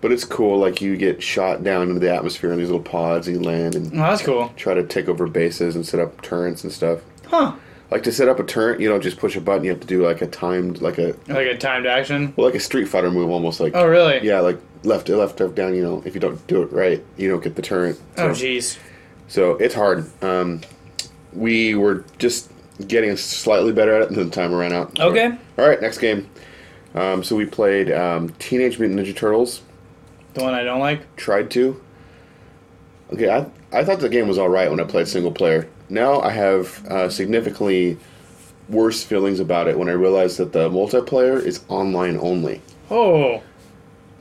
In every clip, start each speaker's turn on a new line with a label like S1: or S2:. S1: But it's cool. Like you get shot down into the atmosphere in these little pods, and you land and
S2: Oh, that's cool.
S1: try to take over bases and set up turrets and stuff.
S2: Huh.
S1: Like to set up a turret, you don't just push a button. You have to do like a timed, like a
S2: Like a timed action.
S1: well, like a Street Fighter move, almost like
S2: Oh, really?
S1: yeah, like left, left, left, down. You know, if you don't do it right, you don't get the turret.
S2: Oh,
S1: So,
S2: jeez.
S1: so it's hard. Um, we were just getting slightly better at it, and then time ran out. So-
S2: Okay.
S1: all right, next game. Um, so we played um, Teenage Mutant Ninja Turtles.
S2: The one I don't like.
S1: Tried to. Okay, I I thought the game was all right when I played single player. Now I have uh, significantly worse feelings about it when I realized that the multiplayer is online only.
S2: Oh,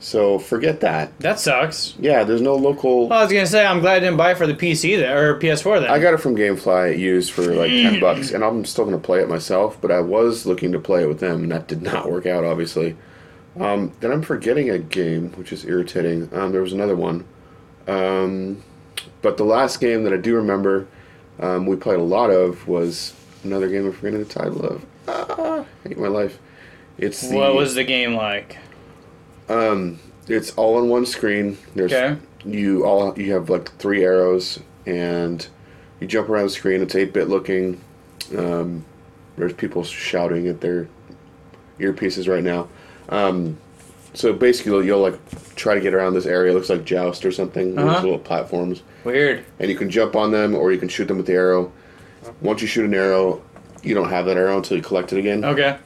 S1: So forget that.
S2: that sucks.
S1: Yeah, there's no local.
S2: Well, I was gonna say I'm glad I didn't buy it for the PC then or PS4 then. Hmm.
S1: I got it from GameFly used for like ten bucks, and I'm still gonna play it myself. But I was looking to play it with them, and that did not work out, obviously. Um, then I'm forgetting a game, which is irritating. Um, there was another one, um, but the last game that I do remember um, we played a lot of was another game I'm forgetting the title of. Ah, I hate my life. It's the,
S2: what was the game like?
S1: It's all on one screen. There's
S2: Okay.
S1: you all you have like three arrows and you jump around the screen. It's eight bit looking. Um, There's people shouting at their earpieces right now. Um, so basically, you'll like try to get around this area. It looks like joust or something.
S2: Uh-huh.
S1: Those little platforms,
S2: Weird.
S1: and you can jump on them or you can shoot them with the arrow. Once you shoot an arrow, you don't have that arrow until you collect it again.
S2: Okay.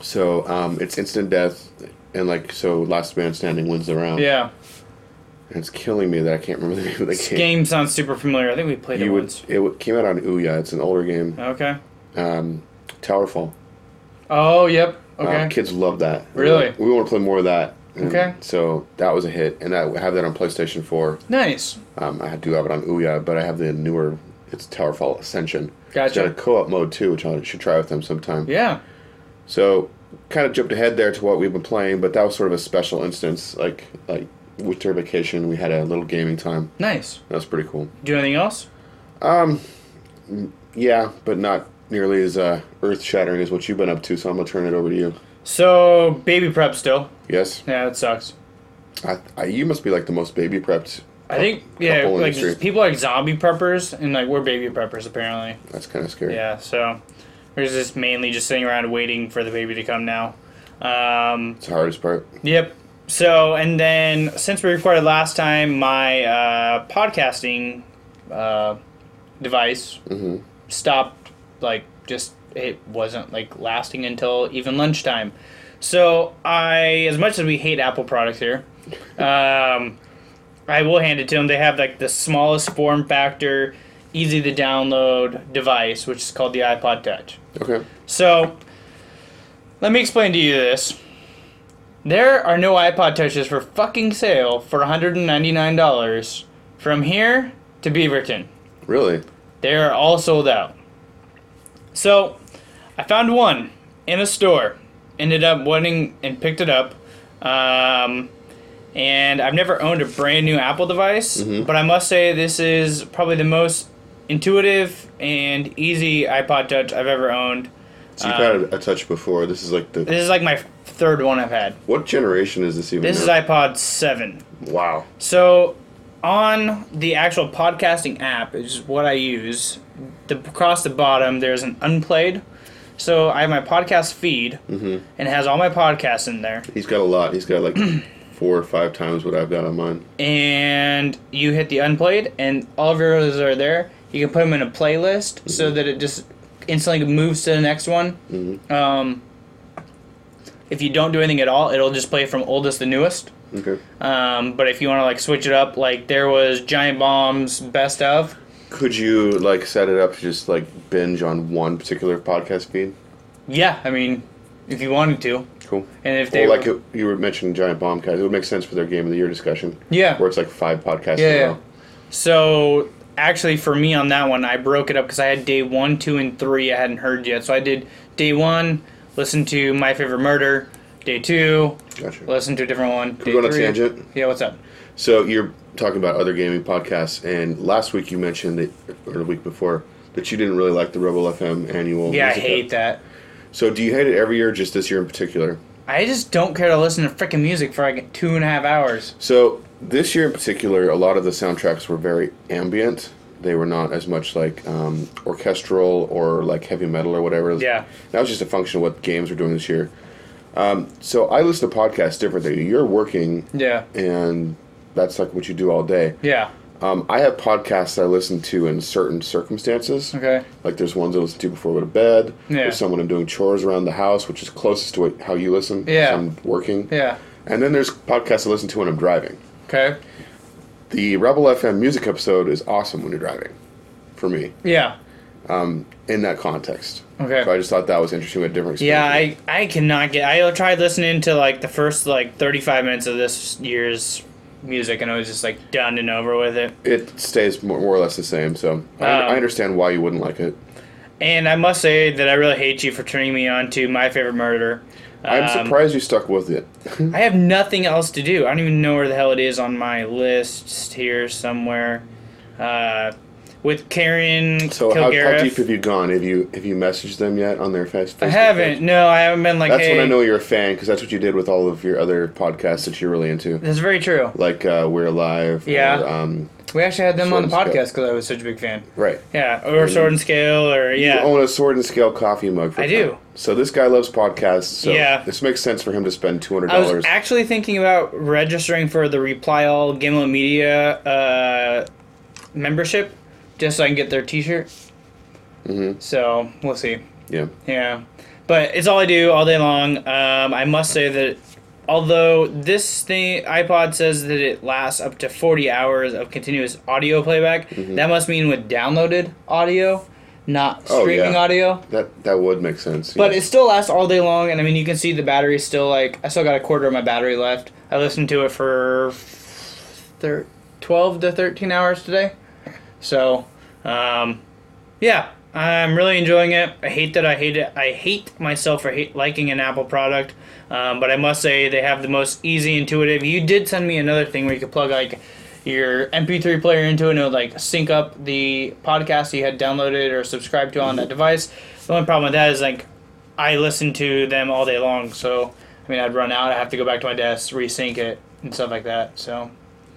S1: So um, it's instant death, and like so, last man standing wins the round.
S2: Yeah.
S1: And it's killing me that I can't remember the name of the
S2: This
S1: game.
S2: game sounds super familiar. I think we played it
S1: You would.
S2: once.
S1: It would- came out on Ouya. It's an older game.
S2: Okay.
S1: Um, Towerfall.
S2: Oh, yep.
S1: Uh,
S2: Okay.
S1: kids love that.
S2: Really?
S1: We want to play more of that. And
S2: Okay.
S1: So that was a hit, and I have that on PlayStation 4.
S2: nice.
S1: Um, I do have it on Ouya, but I have the newer. It's Towerfall Ascension. It's got a
S2: Gotcha.
S1: co-op mode too, which I should try with them sometime.
S2: Yeah.
S1: So, kind of jumped ahead there to what we've been playing, but that was sort of a special instance. Like, like with our vacation, we had a little gaming time.
S2: Nice.
S1: That was pretty cool.
S2: Do anything else?
S1: Yeah, but not nearly as uh, earth-shattering as what you've been up to. So I'm gonna turn it over to you.
S2: So baby prep still.
S1: Yes,
S2: Yeah, that sucks.
S1: I, I, you must be like the most baby prepped.
S2: I think yeah,
S1: couple
S2: like
S1: industry.
S2: just people are like zombie preppers and like we're baby preppers apparently.
S1: That's kind of scary.
S2: Yeah, so we're just mainly just sitting around waiting for the baby to come now. Um,
S1: It's the hardest part.
S2: yep. So and then since we recorded last time, my uh, podcasting uh, device stopped like just it wasn't like lasting until even lunchtime. So I, as much as we hate Apple products here, um, I will hand it to them. They have like the smallest form factor, easy to download device, which is called the iPod Touch.
S1: Okay.
S2: So let me explain to you this. There are no iPod Touches for fucking sale for $199 from here to Beaverton.
S1: Really?
S2: They are all sold out. So, I found one in a store. Ended up wanting and picked it up. Um, and I've never owned a brand new Apple device, but I must say this is probably the most intuitive and easy iPod Touch I've ever owned.
S1: So you've had a, a touch before. This is like the.
S2: This is like my third one I've had.
S1: What generation is this even?
S2: This is
S1: now?
S2: iPod 7.
S1: wow.
S2: So, on the actual podcasting app is what I use. The, across the bottom, there's an unplayed. So I have my podcast feed, and it has all my podcasts in there.
S1: He's got a lot. He's got like four or five times what I've got on mine.
S2: And you hit the unplayed, and all of yours are there. You can put them in a playlist so that it just instantly moves to the next one. Um, if you don't do anything at all, it'll just play from oldest to newest.
S1: Okay.
S2: Um, but if you want to like switch it up, like there was Giant Bomb's best of.
S1: Could you like set it up to just like binge on one particular podcast feed?
S2: Yeah, I mean, if you wanted to,
S1: Cool.
S2: and if they
S1: Well, like it, you were mentioning Giant Bomb Cast, it would make sense for their Game of the Year discussion.
S2: Yeah.
S1: Where it's like five podcasts.
S2: Yeah,
S1: in a
S2: yeah.
S1: row.
S2: So actually, for me on that one, I broke it up because I had day one, two, and three I hadn't heard yet. So I did day one, listen to My Favorite Murder. Day two,
S1: Gotcha.
S2: listen to a different one.
S1: we
S2: day
S1: go on a
S2: three-
S1: tangent?
S2: Yeah, what's up?
S1: So you're talking about other gaming podcasts, and last week you mentioned that, or the week before, that you didn't really like the Rebel FM annual.
S2: Yeah, I
S1: music
S2: hate
S1: fest.
S2: that.
S1: So do you hate it every year, or just this year in particular?
S2: I just don't care to listen to freaking music for like two and a half hours.
S1: So this year in particular, a lot of the soundtracks were very ambient. They were not as much like um, orchestral or like heavy metal or whatever.
S2: Yeah.
S1: that was just a function of what games were doing this year. Um, so I listen to podcasts differently. You're working,
S2: Yeah.
S1: and that's like what you do all day.
S2: Yeah.
S1: Um, I have podcasts that I listen to in certain circumstances.
S2: Okay.
S1: Like there's ones I listen to before I go to bed.
S2: Yeah.
S1: There's someone I'm doing chores around the house, which is closest to what, how you listen. 'cause
S2: Yeah.
S1: I'm working.
S2: Yeah.
S1: And then there's podcasts I listen to when I'm driving.
S2: Okay.
S1: The Rebel FM music episode is awesome when you're driving, for me,
S2: Yeah.
S1: in that context.
S2: Okay.
S1: So I just thought that was interesting, a different
S2: Yeah,
S1: experience.
S2: I, I cannot get. I tried listening to like the first like thirty five minutes of this year's music, and I was just like done and over with it.
S1: It stays more, more or less the same, so I,
S2: Um,
S1: I understand why you wouldn't like it.
S2: And I must say that I really hate you for turning me on to my favorite murder.
S1: I'm
S2: Um,
S1: surprised you stuck with it.
S2: I have nothing else to do. I don't even know where the hell it is on my list here somewhere. Uh, with Karen
S1: So how, how
S2: Kilgariff.
S1: deep have you gone? Have you have you messaged them yet on their face?
S2: I
S1: Facebook
S2: haven't.
S1: page?
S2: No, I haven't been like.
S1: That's when I
S2: hey-
S1: know you're a fan because that's what you did with all of your other podcasts that you're really into,
S2: That's very true.
S1: like uh, We're Alive.
S2: Yeah.
S1: Or, um,
S2: We actually had them on the
S1: Sword and
S2: podcast because I was such a big fan.
S1: Right.
S2: Yeah, or Sword and Scale, or yeah.
S1: You own a sword and scale coffee mug. For
S2: I do.
S1: So this guy loves podcasts. So
S2: Yeah.
S1: This makes sense for him to spend two hundred
S2: I was
S1: dollars.
S2: actually thinking about registering for the Reply All Gimlet Media uh, membership, just so I can get their T-shirt.
S1: Mm-hmm.
S2: So we'll see.
S1: yeah.
S2: Yeah, but it's all I do all day long. Um, I must say that although this thing iPod says that it lasts up to forty hours of continuous audio playback,
S1: Mm-hmm.
S2: that must mean with downloaded audio, not
S1: Oh,
S2: streaming
S1: yeah.
S2: audio.
S1: That that would make sense.
S2: But
S1: yeah.
S2: it still lasts all day long, and I mean, you can see the battery's still like I still got a quarter of my battery left. I listened to it for thir- twelve to thirteen hours today, so um, yeah, I'm really enjoying it. I hate that I hate it. I hate myself for hate liking an Apple product, um, but I must say they have the most easy, intuitive. You did send me another thing where you could plug like your MP3 player into it and it would like sync up the podcast you had downloaded or subscribed to on that device. The only problem with that is like I listen to them all day long, so I mean I'd run out. I have to go back to my desk, resync it, and stuff like that. So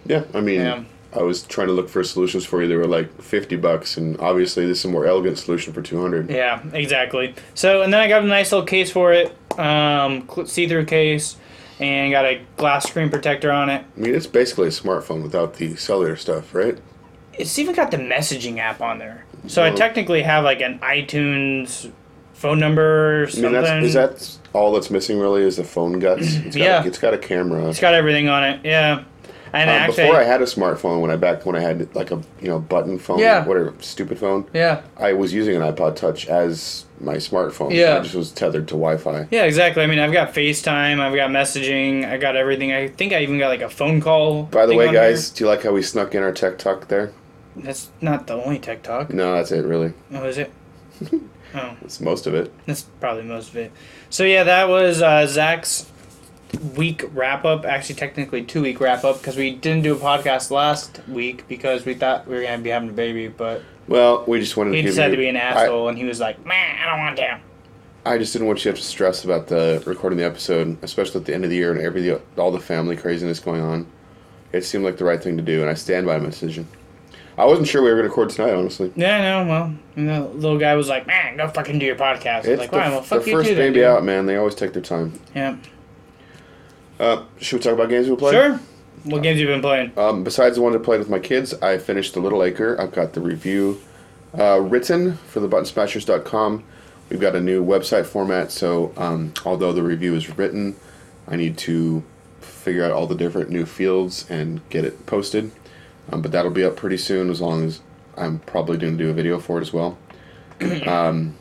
S1: Yeah, I mean,
S2: Yeah.
S1: I was trying to look for solutions for you. They were like fifty bucks, and obviously this is a more elegant solution for two hundred.
S2: Yeah, exactly. So, and then I got a nice little case for it, um, cl- see-through case, and got a glass screen protector on it.
S1: I mean, it's basically a smartphone without the cellular stuff, right?
S2: It's even got the messaging app on there. So I
S1: Whoa.
S2: technically have like an iTunes phone number or
S1: I
S2: something.
S1: mean, that's is that all that's missing really is the phone guts. It's got
S2: Yeah.
S1: a, it's got a camera.
S2: It's got everything on it. Yeah, and
S1: Um,
S2: actually,
S1: before I had a smartphone, when I back when I had like a you know button phone,
S2: Yeah.
S1: whatever stupid phone,
S2: yeah,
S1: I was using an iPod Touch as my smartphone.
S2: Yeah.
S1: I just was tethered to Wi-Fi.
S2: yeah, exactly. I mean, I've got FaceTime, I've got messaging, I got everything. I think I even got like a phone call.
S1: By the
S2: thing
S1: way,
S2: on there.
S1: guys, do you like how we snuck in our tech talk there?
S2: that's not the only tech talk.
S1: No, that's it really.
S2: Oh, is it? oh.
S1: That's most of it.
S2: That's probably most of it. So yeah, that was uh, Zach's week wrap up. Actually, technically two week wrap up because we didn't do a podcast last week because we thought we were gonna be having a baby, but
S1: Well, we just wanted
S2: he
S1: to give
S2: decided
S1: you-
S2: to be an
S1: I-
S2: asshole and he was like, "Man, I don't want to."
S1: I just didn't want you to have to stress about the recording the episode, especially at the end of the year and every all the family craziness going on. It seemed like the right thing to do, and I stand by my decision. I wasn't sure we were going to record tonight, honestly.
S2: Yeah, no. Well, and the little guy was like, "Man, go fucking do your podcast." I was
S1: It's
S2: like,
S1: the,
S2: "Fine, well, fuck
S1: the
S2: you
S1: first
S2: too." then,
S1: baby
S2: dude."
S1: out, man. They always take their time.
S2: Yeah.
S1: Uh, should we talk about games we played?
S2: Sure. What games you been playing?
S1: Um, besides the one I played with my kids, I finished The Little Acre. I've got the review uh, written for the buttonsmashers.com. We've got a new website format, so um, although the review is written, I need to figure out all the different new fields and get it posted. Um, but that'll be up pretty soon, as long as I'm probably going to do a video for it as well. um,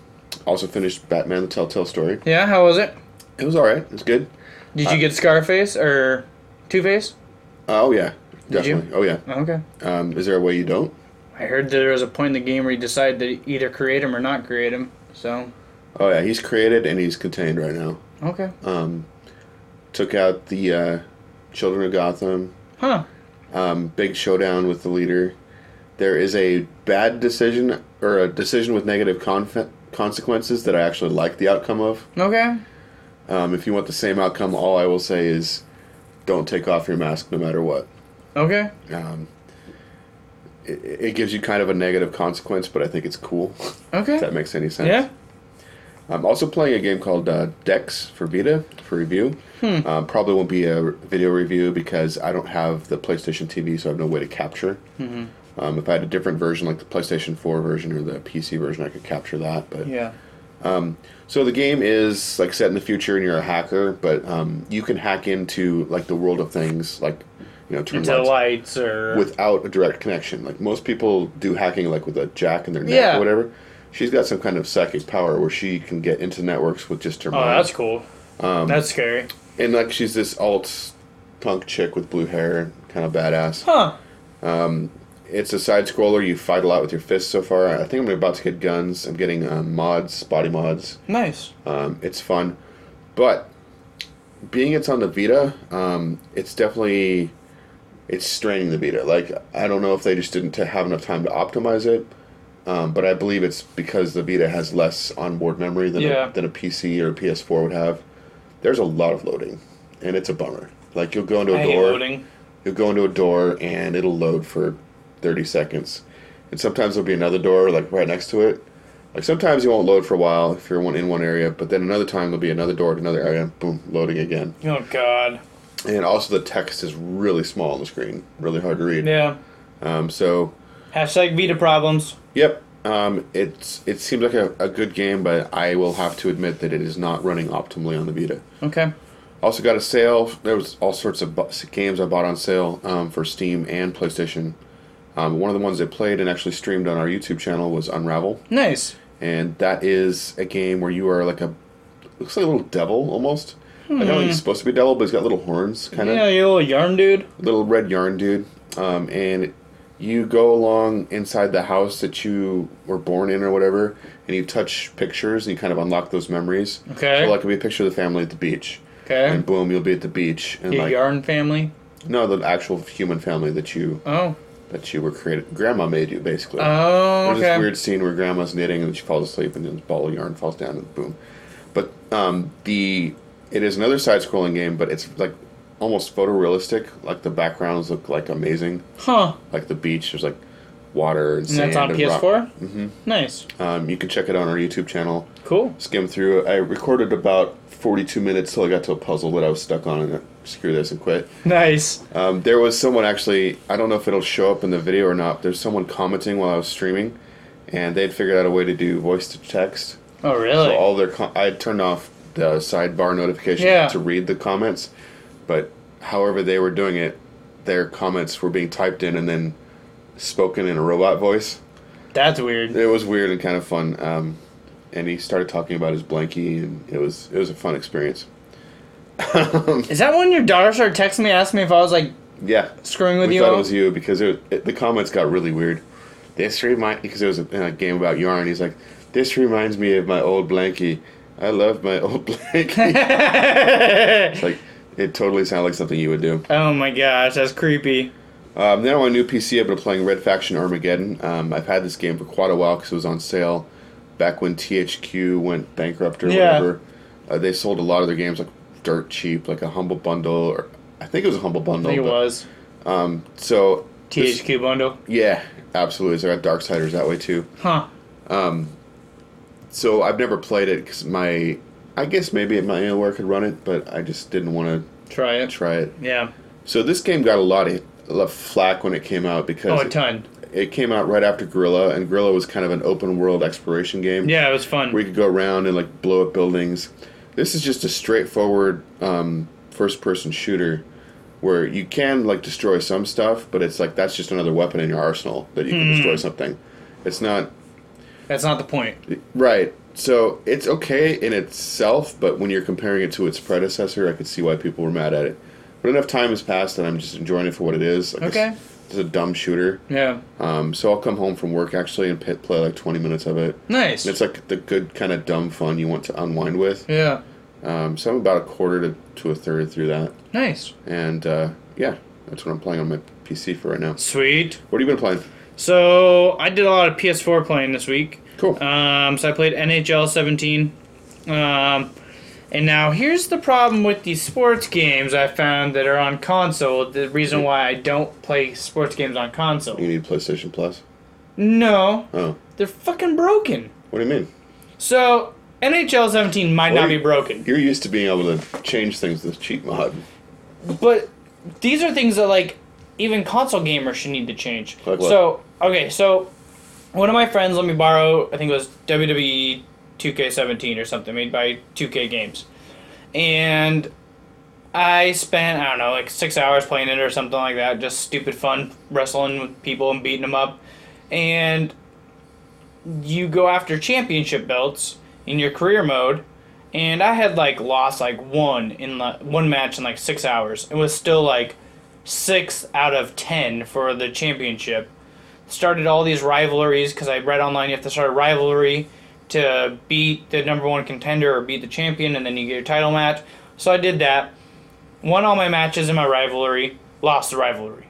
S1: also finished Batman: The Telltale Story.
S2: Yeah, how was it?
S1: It was all right. It was good. uh,
S2: Did you get Scarface or Two Face?
S1: Oh yeah,
S2: Did you?
S1: definitely. Oh yeah.
S2: Okay.
S1: Um, is there a way you don't?
S2: I heard there was a point in the game where you decide to either create him or not create him. So
S1: Oh yeah, he's created and he's contained right now.
S2: okay,
S1: Um, took out the uh, Children of Gotham.
S2: huh?
S1: Um, big showdown with the leader. There is a bad decision or a decision with negative conf- consequences that I actually like the outcome of.
S2: Okay.
S1: Um, if you want the same outcome, all I will say is, don't take off your mask no matter what.
S2: Okay.
S1: Um, it, it gives you kind of a negative consequence, but I think it's cool. if
S2: Okay.
S1: that makes any sense.
S2: Yeah.
S1: I'm also playing a game called uh, Dex for Vita for review.
S2: Hmm.
S1: Um, probably won't be a video review because I don't have the PlayStation TV, so I have no way to capture.
S2: Mm-hmm.
S1: Um, if I had a different version, like the PlayStation 4 version or the PC version, I could capture that. But
S2: Yeah.
S1: so the game is like set in the future, and you're a hacker, but um, you can hack into like the world of things, like you know, turn
S2: Into
S1: lights
S2: lights or
S1: without a direct connection. Like most people do hacking, like with a jack in their neck
S2: Yeah.
S1: or whatever. She's got some kind of psychic power where she can get into networks with just her
S2: Oh,
S1: mind.
S2: that's cool.
S1: Um,
S2: that's scary.
S1: And like she's this alt punk chick with blue hair, kind of badass.
S2: Huh.
S1: It's a side scroller. You fight a lot with your fists so far. I think I'm about to get guns. I'm getting um, mods, body mods.
S2: Nice.
S1: Um, it's fun, but being it's on the Vita, um, it's definitely it's straining the Vita. Like I don't know if they just didn't t- have enough time to optimize it, um, but I believe it's because the Vita has less onboard memory than
S2: Yeah.
S1: a, than a PC or a PS4 would have. There's a lot of loading, and it's a bummer. Like you'll go into
S2: I
S1: a
S2: hate
S1: door,
S2: loading.
S1: you'll go into a door, and it'll load for 30 seconds. And sometimes there'll be another door like right next to it. Like sometimes you won't load for a while if you're one in one area, but then another time there'll be another door to another area, boom, loading again.
S2: Oh God.
S1: And also the text is really small on the screen, really hard to read.
S2: Yeah.
S1: Um, so
S2: Hashtag Vita problems.
S1: Yep. Um, it's it seems like a, a good game, but I will have to admit that it is not running optimally on the Vita.
S2: Okay.
S1: Also got a sale. There was all sorts of bu- games I bought on sale um, for Steam and PlayStation. Um, one of the ones that played and actually streamed on our YouTube channel was Unravel,
S2: Nice.
S1: and that is a game where you are like a looks like a little devil almost. Like, I don't think he's supposed to be a devil, but he's got little horns, kind of
S2: Hmm. Yeah, you little yarn dude.
S1: little red yarn dude, um, and you go along inside the house that you were born in or whatever, and you touch pictures and you kind of unlock those memories.
S2: Okay.
S1: So like it'll be a picture of the family at the beach,
S2: Okay.
S1: and boom, you'll be at the beach, and
S2: Your
S1: like
S2: yarn family.
S1: no, the actual human family that you
S2: Oh.
S1: that you were created. Grandma made you basically.
S2: Oh.
S1: There's this
S2: Okay.
S1: weird scene where grandma's knitting and she falls asleep and then the ball of yarn falls down and boom. But um, the it is another side scrolling game, but it's like almost photorealistic. Like the backgrounds look like amazing.
S2: Huh.
S1: Like the beach, there's like water and
S2: And
S1: sand.
S2: that's on
S1: and
S2: PS4.
S1: rock.
S2: Mm-hmm. Nice.
S1: Um, you can check it out on our YouTube channel.
S2: Cool.
S1: Skim through. I recorded about 42 minutes till I got to a puzzle that I was stuck on and uh, screw this and quit.
S2: Nice.
S1: Um, there was someone actually, I don't know if it'll show up in the video or not. There's someone commenting while I was streaming, and they'd figured out a way to do voice to text.
S2: Oh really?
S1: So all their, com- I had turned off the sidebar notification
S2: Yeah.
S1: to read the comments, but however they were doing it, their comments were being typed in and then spoken in a robot voice.
S2: that's weird.
S1: It was weird and kind of fun. Um, and he started talking about his blankie, and it was it was a fun experience.
S2: Is that when your daughter started texting me, asking me if I was like
S1: Yeah,
S2: screwing with
S1: we
S2: you?
S1: thought
S2: all?
S1: it was you because it, it, the comments got really weird. This remind because it was a, a game about yarn. He's like, "This reminds me of my old blankie. I love my old blankie." It's like it totally sounded like something you would do.
S2: oh my gosh, that's creepy.
S1: Um, then on my new PC, I've been playing Red Faction Armageddon. Um, I've had this game for quite a while because it was on sale back when THQ went bankrupt or
S2: Yeah.
S1: whatever. Uh, they sold a lot of their games like dirt cheap, like a humble bundle, or I think it was a humble
S2: I
S1: bundle.
S2: think it
S1: but-
S2: was
S1: So this-
S2: THQ bundle.
S1: Yeah, absolutely. So I got Darksiders that way too.
S2: Huh.
S1: So I've never played it because my, I guess maybe my anywhere could run it, but I just didn't want
S2: Try
S1: to
S2: it.
S1: try it.
S2: Yeah.
S1: So this game got a lot of, a lot of flack when it came out because
S2: Oh, a ton.
S1: it, it came out right after Gorilla, and Gorilla was kind of an open world exploration game.
S2: Yeah, it was fun.
S1: where you could go around and like blow up buildings. This is just a straightforward um, first-person shooter where you can like destroy some stuff, but it's like that's just another weapon in your arsenal that you
S2: Mm-hmm.
S1: can destroy something. It's not
S2: That's not the point.
S1: Right. So it's okay in itself, but when you're comparing it to its predecessor, I could see why people were mad at it. But enough time has passed, and I'm just enjoying it for what it is. Like
S2: Okay.
S1: It's, it's a dumb shooter.
S2: Yeah.
S1: Um, so I'll come home from work actually and pit play like 20 minutes of it.
S2: Nice.
S1: And it's like the good kind of dumb fun you want to unwind with.
S2: yeah.
S1: Um, so I'm about a quarter to, to a third through that,
S2: Nice.
S1: and uh, yeah, that's what I'm playing on my PC for right now.
S2: Sweet.
S1: What have you been playing?
S2: So I did a lot of PS4 playing this week.
S1: Cool.
S2: Um, so I played NHL 17. Um, and now here's the problem with these sports games I found that are on console. The reason why I don't play sports games on
S1: you
S2: console.
S1: need PlayStation Plus.
S2: No,
S1: Oh,
S2: they're fucking broken.
S1: what do you mean?
S2: So NHL 17 might
S1: Well,
S2: not be
S1: you-
S2: broken,
S1: You're used to being able to change things with cheat mod.
S2: but these are things that like even console gamers should need to change.
S1: Like what?
S2: so okay, so one of my friends let me borrow I think it was E WWE 2K17 or something made by 2K Games, and I spent I don't know like six hours playing it or something like that, just stupid fun wrestling with people and beating them up, and you go after championship belts in your career mode and I had like lost like one in like, one match in like six hours. It was still like six out of ten for the championship. Started all these rivalries because I read online you have to start a rivalry to beat the number one contender or beat the champion, and then you get your title match. So I did that. Won all my matches in my rivalry. Lost the rivalry,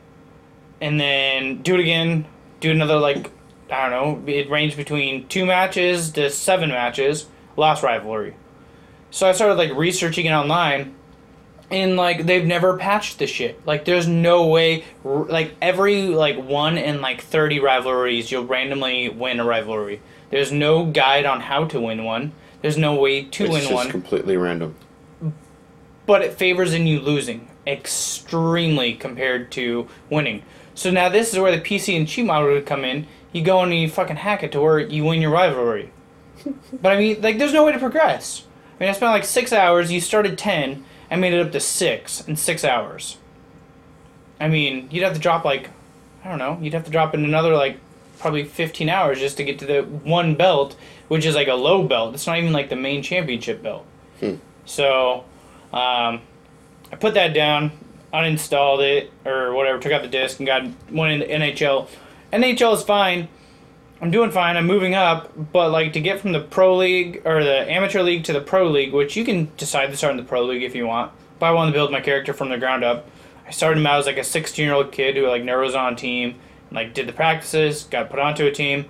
S2: and then do it again. Do another like I don't know. It ranged between two matches to seven matches. Lost rivalry. So I started like researching it online, and like they've never patched the shit. Like there's no way. r- Like every like one in like thirty rivalries, you'll randomly win a rivalry. There's no guide on how to win one. There's no way to
S1: It's
S2: win
S1: just
S2: one.
S1: completely random.
S2: but it favors in you losing extremely compared to winning. So now this is where the PC and cheat model would come in. You go and you fucking hack it to where you win your rivalry. but I mean, like, there's no way to progress. I mean, I spent like six hours. You started ten. I made it up to six in six hours. I mean, you'd have to drop like, I don't know, you'd have to drop in another like probably 15 hours just to get to the one belt, which is like a low belt. It's not even like the main championship belt. So, um, I put that down, uninstalled it or whatever, took out the disc and got one in the NHL. NHL is fine. I'm doing fine. I'm moving up, but like to get from the pro league or the amateur league to the pro league, which you can decide to start in the pro league if you want. But I wanted to build my character from the ground up. I started him out as like a 16 year old kid who like never was on a team, and, like did the practices, got put onto a team,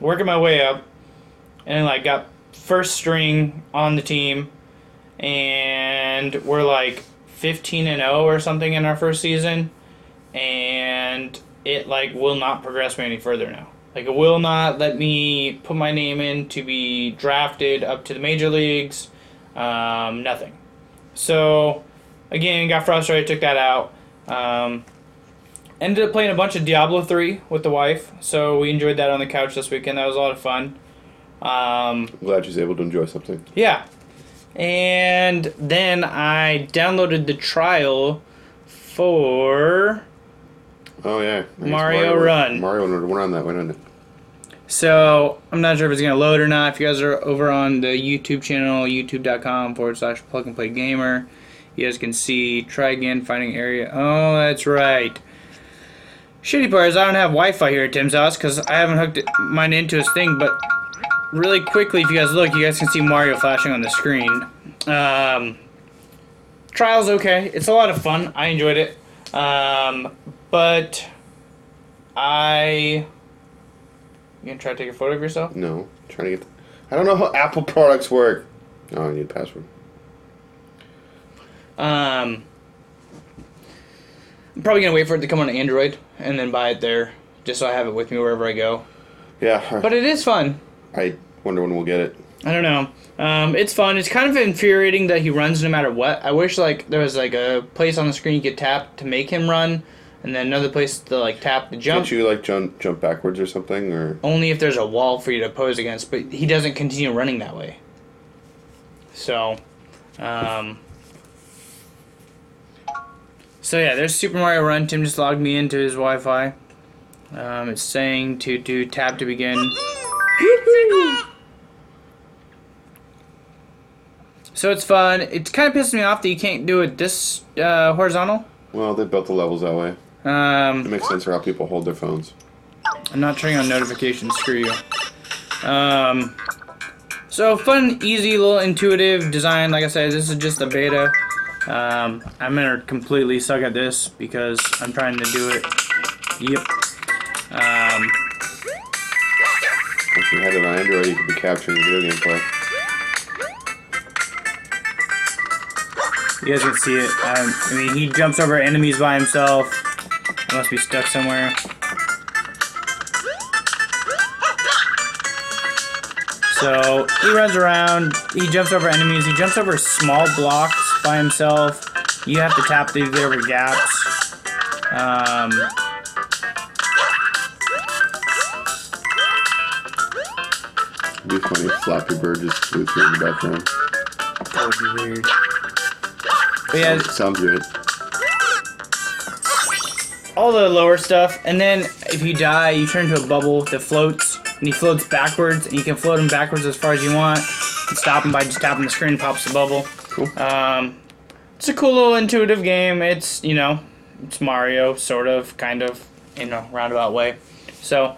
S2: working my way up, and then like got first string on the team, and we're like 15 and 0 or something in our first season and it like will not progress me any further now like it will not let me put my name in to be drafted up to the major leagues um, nothing so again got frustrated took that out um, ended up playing a bunch of diablo 3 with the wife so we enjoyed that on the couch this weekend that was a lot of fun um,
S1: I'm glad she's able to enjoy something.
S2: yeah. And then I downloaded the trial for.
S1: Oh yeah, I guess
S2: Mario Run.
S1: Mario Run went on that, went on it.
S2: So I'm not sure if it's going to load or not. If you guys are over on the YouTube channel, youtube.com forward slash plug and play gamer, you guys can see try again finding area. Oh, that's right. Shitty part is I don't have Wi Fi here at Tim's house because I haven't hooked it- mine into his thing, but really quickly, if you guys look, you guys can see Mario flashing on the screen. Um, trial's okay. It's a lot of fun. I enjoyed it. Um, but I. You gonna try to take a photo of yourself?
S1: No, trying to get. I don't know how Apple products work. Oh, I need a password.
S2: Um, I'm probably gonna wait for it to come on Android and then buy it there, just so I have it with me wherever I go.
S1: Yeah,
S2: But it is fun.
S1: I wonder when we'll get it.
S2: I don't know. Um, it's fun. It's kind of infuriating that he runs no matter what. I wish like there was like a place on the screen you could tap to make him run, and then another place to like tap to jump.
S1: Can't you like jump jump backwards or something? Or
S2: Only if there's a wall for you to pose against. But he doesn't continue running that way. So, um, so yeah, there's Super Mario Run. Tim just logged me into his Wi-Fi. Um, it's saying to do tap to begin. So it's fun. It kind of pisses me off that you can't do it this uh, horizontal.
S1: well, they built the levels that way. It
S2: Um,
S1: makes sense for how people hold their phones.
S2: I'm not turning on notifications. Screw you. Um, so fun, easy, little intuitive design. Like I said, this is just a beta. Um, I'm gonna completely suck at this because I'm trying to do it. Yep. Um,
S1: If you had it on Android, you could be capturing video gameplay.
S2: You guys can see it. Um, I mean, he jumps over enemies by himself. He must be stuck somewhere. So he runs around. He jumps over enemies. He jumps over small blocks by himself. You have to tap these over gaps. Um,
S1: It'd be funny if Flappy Bird just flew through in the background.
S2: that would be weird. But yeah,
S1: Sounds good.
S2: all the lower stuff, and then if you die, you turn into a bubble that floats, and he floats backwards, and you can float him backwards as far as you want, and stop him by just tapping the screen, pops the bubble.
S1: Cool.
S2: Um, it's a cool little intuitive game. It's you know, it's Mario, sort of, kind of, in a roundabout way. So,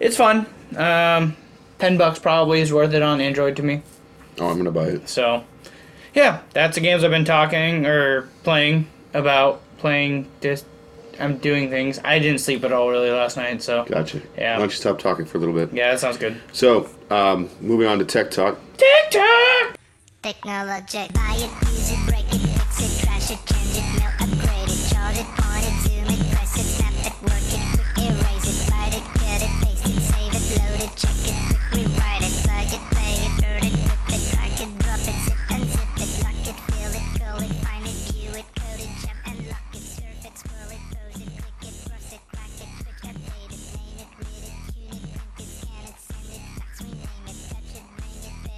S2: it's fun. Um, ten bucks probably is worth it on Android to me.
S1: oh, I'm gonna buy it.
S2: So, yeah, that's the games I've been talking or playing about. Playing just, I'm doing things. I didn't sleep at all really last night, so
S1: Gotcha.
S2: Yeah.
S1: Why don't you stop talking for a little bit?
S2: yeah, that sounds good.
S1: So, um, moving on to tech talk.
S2: TikTok.
S3: Technologic. Buy it, use it, break it, fix it, crash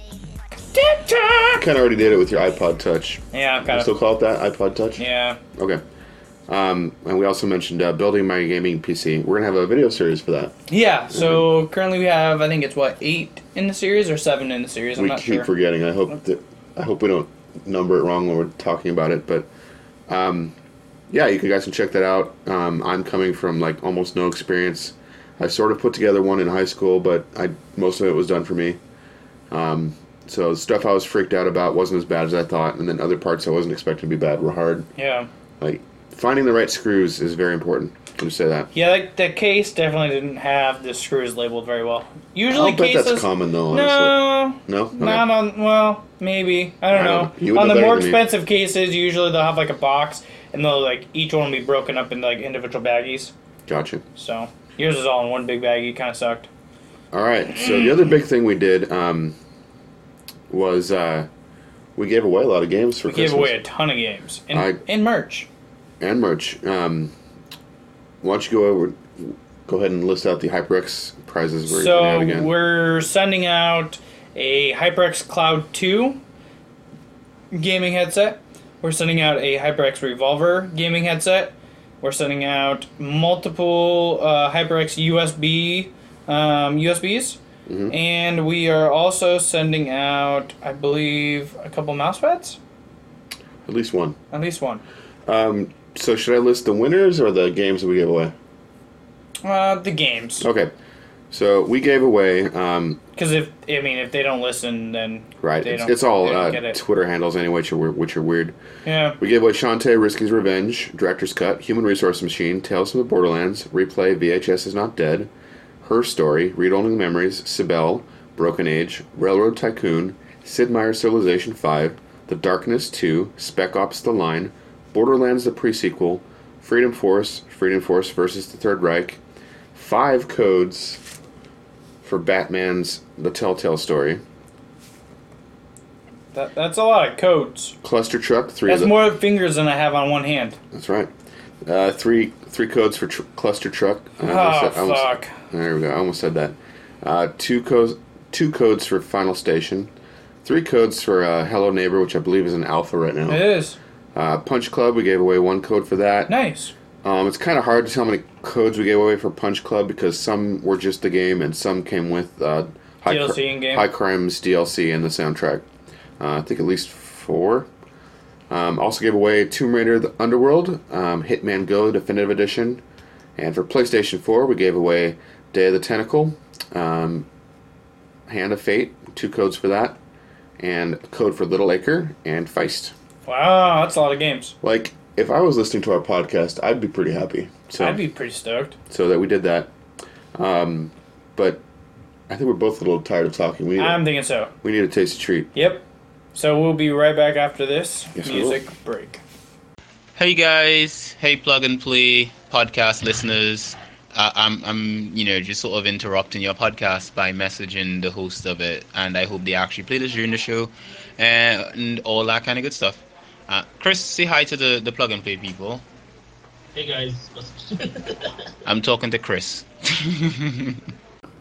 S1: kind of already did it with your iPod Touch.
S2: Yeah, kind
S1: You
S2: of.
S1: still call it that? iPod Touch?
S2: yeah.
S1: Okay. Um, and we also mentioned uh, building my gaming PC. We're going to have a video series for that.
S2: Yeah, so currently we have, I think it's what, eight in the series or seven in the series? I'm
S1: we
S2: not
S1: keep
S2: sure.
S1: forgetting. I hope that I hope we don't number it wrong when we're talking about it. But um, yeah, you can guys can check that out. Um, I'm coming from like almost no experience. I sort of put together one in high school, but I most of it was done for me. Um, so the stuff I was freaked out about wasn't as bad as I thought, and then other parts I wasn't expecting to be bad were hard.
S2: yeah.
S1: Like finding the right screws is very important. Can you say that?
S2: Yeah, like the case definitely didn't have the screws labeled very well. Usually
S1: I'll bet
S2: cases.
S1: that's common though. Honestly.
S2: No,
S1: No? Okay.
S2: not on. Well, maybe I don't
S1: I
S2: know.
S1: don't know. You would
S2: On
S1: know
S2: the
S1: better
S2: more
S1: than me.
S2: expensive cases, usually they'll have like a box, and they'll like each one will be broken up into like individual baggies.
S1: Gotcha.
S2: So yours is all in one big baggie. Kind of sucked.
S1: All right. So the other big thing we did um, was uh, we gave away a lot of games for
S2: We gave
S1: Christmas
S2: away a ton of games and
S1: I-
S2: and merch.
S1: and merch. Um, why don't you go over, go ahead and list out the HyperX prizes we're giving out
S2: So
S1: again?
S2: we're sending out a HyperX Cloud Two gaming headset. We're sending out a HyperX Revolver gaming headset. We're sending out multiple uh, HyperX USB um, USBs,
S1: Mm-hmm.
S2: and we are also sending out, I believe, a couple mouse pads,
S1: At least one.
S2: at least one.
S1: Um, so should I list the winners or the games that we gave away?
S2: Uh, the games,
S1: Okay. So we gave away um,
S2: because if I mean if they don't listen, then
S1: right.
S2: they
S1: It's,
S2: don't-
S1: it's all
S2: they don't
S1: uh,
S2: get it.
S1: Twitter handles anyway, which are weir- which are weird.
S2: yeah.
S1: We gave away Shantae Risky's Revenge, Director's Cut, Human Resource Machine, Tales from the Borderlands, Replay, VHS is Not Dead, Her Story, Read Only Memories, Sibel, Broken Age, Railroad Tycoon, Sid Meier's Civilization 5, The Darkness 2, Spec Ops The Line, Borderlands the Prequel, Freedom Force, Freedom Force versus the Third Reich, five codes for Batman's The Telltale Story,
S2: That, that's a lot of codes.
S1: Cluster Truck, three of
S2: That's
S1: the-
S2: more fingers than I have on one hand.
S1: That's right. Uh, three three codes for tr- cluster truck. Uh, I almost
S2: Oh,
S1: said- I almost-
S2: fuck.
S1: there we go. I almost said that. Uh, two codes two codes for final station. Three codes for uh, Hello Neighbor, which I believe is an alpha right
S2: It
S1: now.
S2: is.
S1: Uh, Punch Club, we gave away one code for that.
S2: Nice.
S1: Um, it's kind of hard to tell how many codes we gave away for Punch Club because some were just the game and some came with uh, high,
S2: DLC in-game?
S1: high Crimes DLC and the soundtrack. Uh, I think at least four. Um, also gave away Tomb Raider: The Underworld, um, Hitman Go Definitive Edition, and for PlayStation 4 we gave away Day of the Tentacle, um, Hand of Fate, two codes for that, and a code for Little Acre and Feist.
S2: Wow, that's a lot of games.
S1: Like if I was listening to our podcast, I'd be pretty happy. So
S2: I'd be pretty stoked.
S1: so that we did that. Um, but I think we're both a little tired of talking. We need,
S2: I'm
S1: a,
S2: thinking so.
S1: we need a tasty treat.
S2: Yep. So we'll be right back after this
S1: Yes, we will.
S2: music break.
S3: Hey guys, hey plug and play podcast listeners. Uh, I'm I'm you know just sort of interrupting your podcast by messaging the host of it, and I hope they actually play this during the show, and, and all that kind of good stuff. Uh, Chris, say hi to the the plug and play people.
S4: Hey guys, what's
S3: I'm talking to Chris.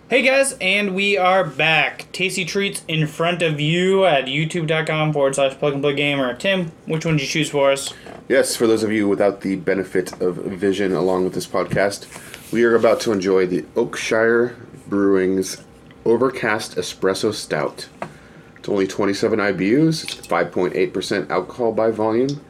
S2: Hey guys, and we are back. Tasty treats in front of you at youtube.com forward slash plug and play gamer. Tim, which one did you choose for us?
S1: Yes, for those of you without the benefit of vision along with this podcast, we are about to enjoy the Oakshire Brewing's Overcast Espresso Stout. It's only 27 IBUs, it's 5.8% alcohol by volume.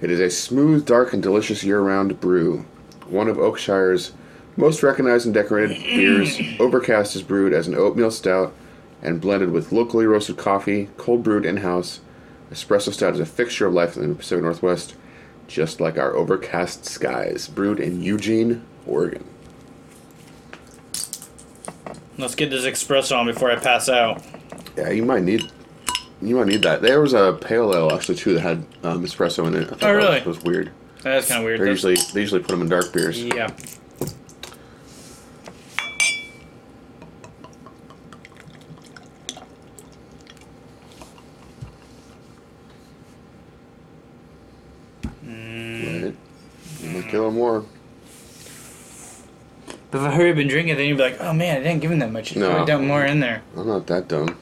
S1: It is a smooth, dark, and delicious year round brew. One of Oakshire's most recognized and decorated beers, Overcast is brewed as an oatmeal stout and blended with locally roasted coffee, cold brewed in house. Espresso stout is a fixture of life in the Pacific Northwest, just like our overcast skies, brewed in Eugene, Oregon.
S2: Let's get this espresso on before I pass out.
S1: Yeah, you might need You might need that. There was a pale ale actually too that had um, espresso in it. I thought
S2: Oh, really?
S1: That was weird.
S2: That's kind of weird.
S1: They
S2: though.
S1: usually they usually put them in dark beers.
S2: yeah. Mm.
S1: Right? You might get a little more.
S2: But if I hurry up and drink it, then you'd be like, oh man, I didn't give him that much.
S1: No.
S2: No. I dump more in there.
S1: I'm not that dumb.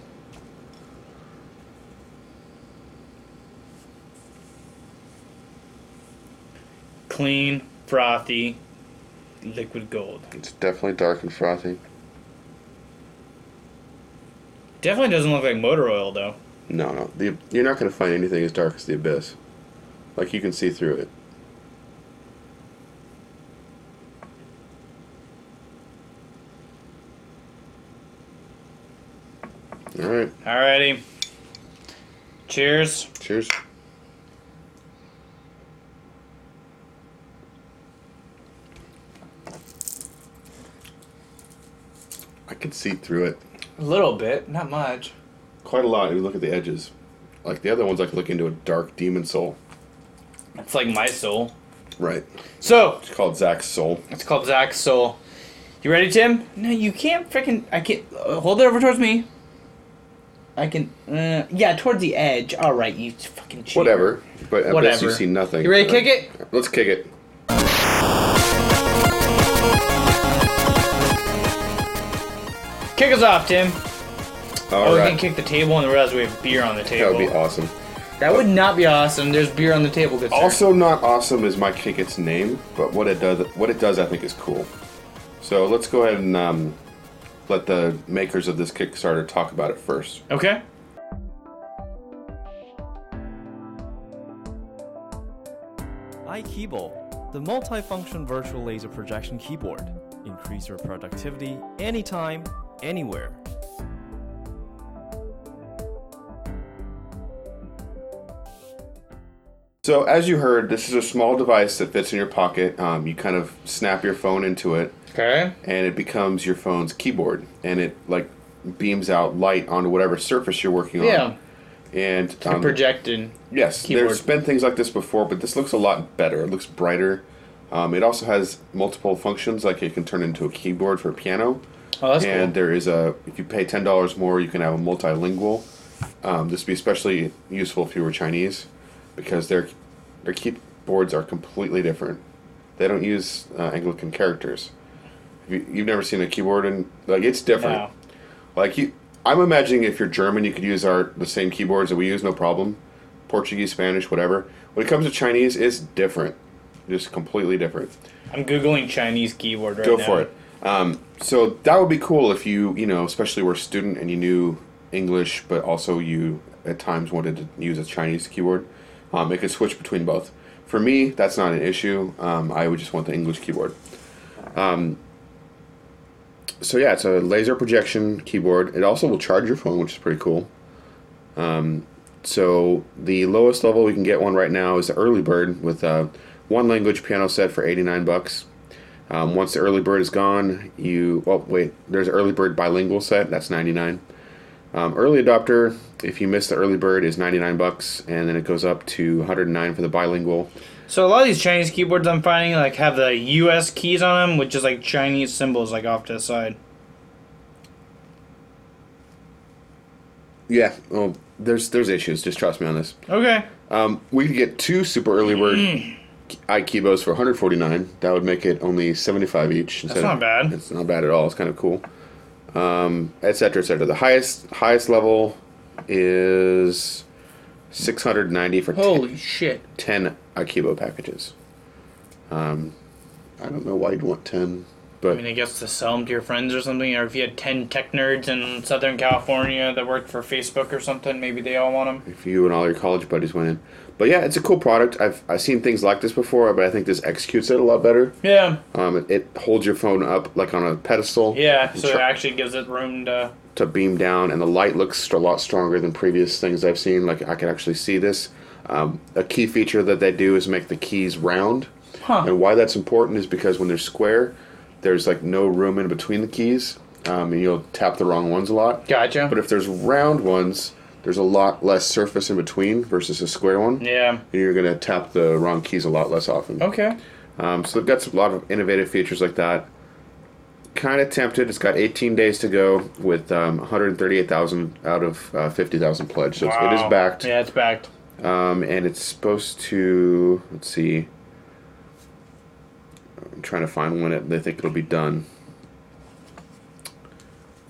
S2: Clean, frothy, liquid gold.
S1: It's definitely dark and frothy.
S2: Definitely doesn't look like motor oil though.
S1: No, no. The, you're not going to find anything as dark as the abyss. Like you can see through it. All right.
S2: Alrighty. Cheers.
S1: Cheers. I can see through it
S2: A little bit, not much.
S1: quite a lot. If you look at the edges, like the other ones, I can look into a dark demon soul.
S2: It's like my soul.
S1: Right.
S2: So
S1: It's called Zach's soul.
S2: it's called Zach's soul. You ready, Tim? No, you can't freaking. I can't. Uh, hold it over towards me. I can. Uh, yeah, towards the edge. All right, you fucking. Cheater.
S1: Whatever. But I bet
S2: Whatever.
S1: you see nothing. uh,
S2: You ready to kick it?
S1: Let's kick it.
S2: Kick us off, Tim.
S1: All right.
S2: or we Oh, can kick the table and the realize we have beer on the
S1: That
S2: table.
S1: would be awesome.
S2: That would not be awesome. There's beer on the table. Good sir.
S1: Also, not awesome is my kick its name, but what it does, what it does, I think is cool. So let's go ahead and um, let the makers of this Kickstarter talk about it first.
S2: Okay.
S5: iKeybo, the multifunction virtual laser projection keyboard. Increase your productivity anytime, anywhere.
S1: So, as you heard, this is a small device that fits in your pocket. Um, you kind of snap your phone into it,
S2: Okay.
S1: and it becomes your phone's keyboard, and it like beams out light onto whatever surface you're working on.
S2: Yeah.
S1: And um,
S2: Projecting.
S1: Yes,
S2: keyboard.
S1: there's been things like this before, but this looks a lot better. It looks brighter. Um, it also has multiple functions, like it can turn into a keyboard for piano.
S2: Oh, that's
S1: and there is a, if you pay ten dollars more, you can have a multilingual. Um, this would be especially useful if you were Chinese, because their their keyboards are completely different. They don't use uh, Anglican characters. Have You, you've never seen a keyboard, and like it's
S2: cool.
S1: different.
S2: Wow.
S1: Like you, I'm imagining if you're German, you could use our the same keyboards that we use, no problem. Portuguese, Spanish, whatever. When it comes to Chinese, it's different, just completely different.
S2: I'm googling Chinese keyboard right
S1: Go
S2: now.
S1: for it. Um, so that would be cool if you, you know, especially were a student and you knew English, but also you at times wanted to use a Chinese keyboard. Um, it could switch between both. For me, that's not an issue. Um, I would just want the English keyboard. Um, so yeah, it's a laser projection keyboard. It also will charge your phone, which is pretty cool. Um, so the lowest level we can get one right now is the early bird with a one language piano set for eighty nine bucks. Um, once the early bird is gone, you. Oh, wait. There's an early bird bilingual set. That's 99. Um, early adopter, if you miss the early bird, is 99 bucks, and then it goes up to 109 for the bilingual.
S2: So a lot of these Chinese keyboards I'm finding like have the U.S. keys on them, which is like Chinese symbols like off to the side.
S1: Yeah. Well, there's there's issues. Just trust me on this.
S2: Okay.
S1: Um, we could get two super early bird iKibos for 149. That would make it only 75 each. That's
S2: not bad.
S1: It's not bad at all. It's kind of cool. Um, et cetera, et cetera. The highest highest level is 690 for 10
S2: shit!
S1: 10 Akibo packages. Um, I don't know why you'd want 10,
S2: I
S1: but
S2: mean, I guess to sell them to your friends or something, or if you had ten tech nerds in Southern California that worked for Facebook or something, maybe they all want them.
S1: if you and all your college buddies went in. But yeah, it's a cool product. I've, I've seen things like this before, but I think this executes it a lot better.
S2: Yeah.
S1: Um, it, it holds your phone up like on a pedestal.
S2: Yeah. So it
S1: Try-
S2: actually gives it room to.
S1: to beam down, and the light looks st- a lot stronger than previous things I've seen. Like I can actually see this. Um, a key feature that they do is make the keys round,
S2: Huh.
S1: and why that's important is because when they're square, there's like no room in between the keys, um, and you'll tap the wrong ones a lot.
S2: Gotcha.
S1: But if there's round ones, there's a lot less surface in between versus a square one.
S2: Yeah. Oh.
S1: And you're going to tap the wrong keys a lot less often.
S2: Okay.
S1: Um, so they've got a lot of innovative features like that. Kind of tempted. It's got 18 days to go with um, 138,000 out of uh, 50,000 pledged. So it's it
S2: Wow.
S1: is backed.
S2: Yeah, it's backed.
S1: Um, and it's supposed to. Let's see. I'm trying to find when it, they think it'll be done.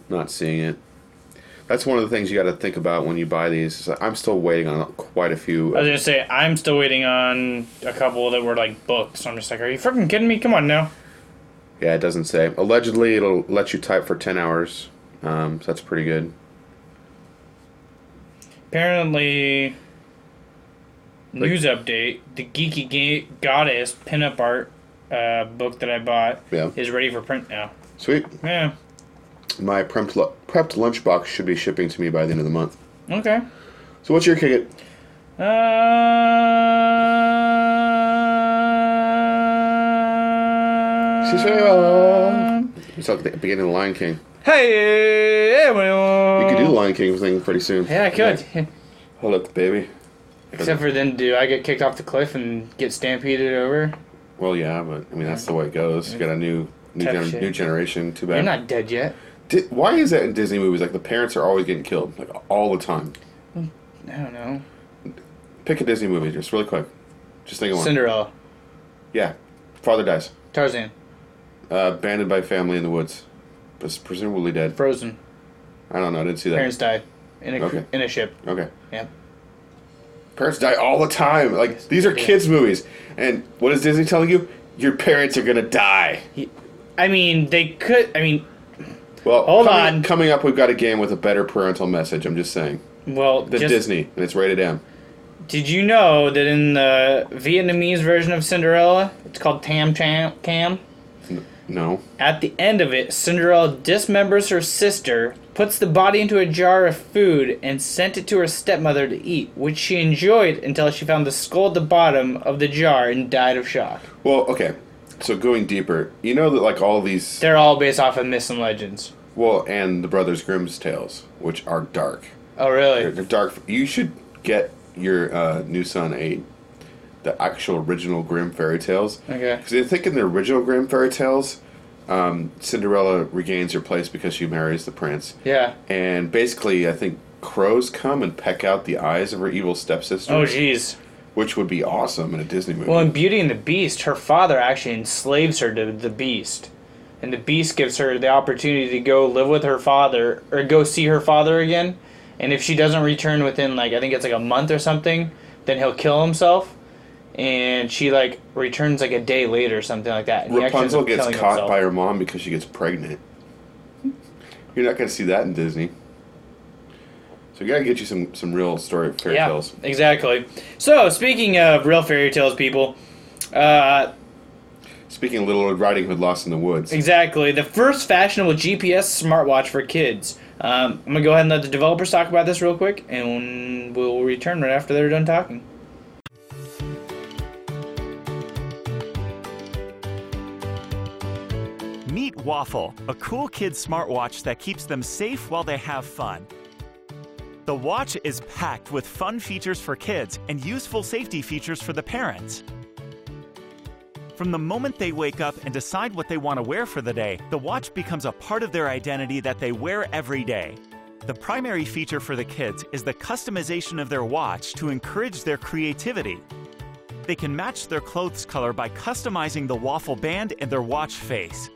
S1: Not seeing it. That's one of the things you got to think about when you buy these. is that I'm still waiting on quite a few.
S2: I was gonna say I'm still waiting on a couple that were like booked. So I'm just like, are you freaking kidding me? Come on now.
S1: Yeah, it doesn't say. Allegedly, it'll let you type for 10 hours. Um, so that's pretty good.
S2: Apparently, news update: the Geeky Ga- Goddess pinup art uh, book that I bought
S1: Yeah.
S2: is ready for print now.
S1: Sweet.
S2: Yeah.
S1: My prepped, lu- prepped lunchbox should be shipping to me by the end of the month.
S2: Okay.
S1: So what's your kick it?
S2: Uh,
S1: It's like the beginning of The Lion King.
S2: hey, everyone.
S1: You could do The Lion King thing pretty soon.
S2: Uh, Yeah, I could.
S1: Oh, look, baby.
S2: Except for then, do I get kicked off the cliff and get stampeded over?
S1: Well, yeah, but I mean that's the way it goes. You got a new new,
S2: Tough
S1: gen-
S2: shit.
S1: new generation. Too
S2: You're
S1: bad.
S2: not dead yet.
S1: Di- why is that in Disney movies? Like the parents are always getting killed, like all the time.
S2: I don't know.
S1: Pick a Disney movie just really quick. Just think of one.
S2: Cinderella,
S1: Yeah, father dies,
S2: Tarzan,
S1: uh, abandoned by family in the woods, but is presumably dead.
S2: Frozen.
S1: I don't know. I didn't see that.
S2: Parents died in a cr-
S1: Okay.
S2: in a ship.
S1: Okay.
S2: Yeah.
S1: Parents die all the time. Like these are
S2: Yeah.
S1: kids movies, and what is Disney telling you? Your parents are gonna die.
S2: I mean, they could. I mean,
S1: Well,
S2: Hold
S1: coming,
S2: on.
S1: Coming up, we've got a game with a better parental message. I'm just saying.
S2: well,
S1: The
S2: just-
S1: Disney, and it's rated M.
S2: Did you know that in the Vietnamese version of Cinderella, it's called Tam Cham Cam?
S1: No.
S2: At the end of it, Cinderella dismembers her sister, puts the body into a jar of food, and sent it to her stepmother to eat, which she enjoyed until she found the skull at the bottom of the jar and died of shock.
S1: Well, okay. So going deeper, you know that like all these,
S2: They're all based off of myths and legends.
S1: well, and the Brothers Grimm's tales, which are dark.
S2: Oh,
S1: They're,
S2: really?
S1: they're dark. You should get your uh, new son a the actual original Grimm fairy tales.
S2: Okay.
S1: Because I think in the original Grimm fairy tales, um, Cinderella regains her place because she marries the prince,
S2: Yeah.
S1: and basically, I think crows come and peck out the eyes of her evil stepsister,
S2: Oh, jeez.
S1: which would be awesome in a Disney movie.
S2: Well, in Beauty and the Beast, her father actually enslaves her to the Beast. And the Beast gives her the opportunity to go live with her father or go see her father again. And if she doesn't return within, like, I think it's like a month or something, then he'll kill himself. And she, like, returns like a day later or something like that. And he actually ends
S1: Rapunzel
S2: up
S1: gets
S2: killing
S1: caught
S2: himself.
S1: by her mom because she gets pregnant. You're not going to see that in Disney. So we got to get you some some real story fairy
S2: yeah,
S1: tales.
S2: exactly. So, speaking of real fairy tales, people, uh,
S1: Speaking of Little Red Riding Hood Lost in the Woods.
S2: Exactly. The first fashionable GPS smartwatch for kids. Um, I'm going to go ahead and let the developers talk about this real quick, and we'll return right after they're done talking.
S6: Meet Waffle, a cool kid smartwatch that keeps them safe while they have fun. The watch is packed with fun features for kids and useful safety features for the parents. From the moment they wake up and decide what they want to wear for the day, the watch becomes a part of their identity that they wear every day. The primary feature for the kids is the customization of their watch to encourage their creativity. They can match their clothes color by customizing the waffle band and their watch face.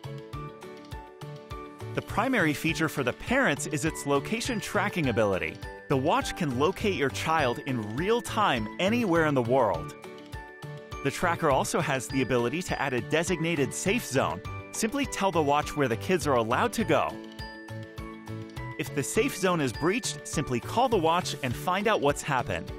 S6: The primary feature for the parents is its location tracking ability. The watch can locate your child in real time anywhere in the world. The tracker also has the ability to add a designated safe zone. Simply tell the watch where the kids are allowed to go. If the safe zone is breached, simply call the watch and find out what's happened.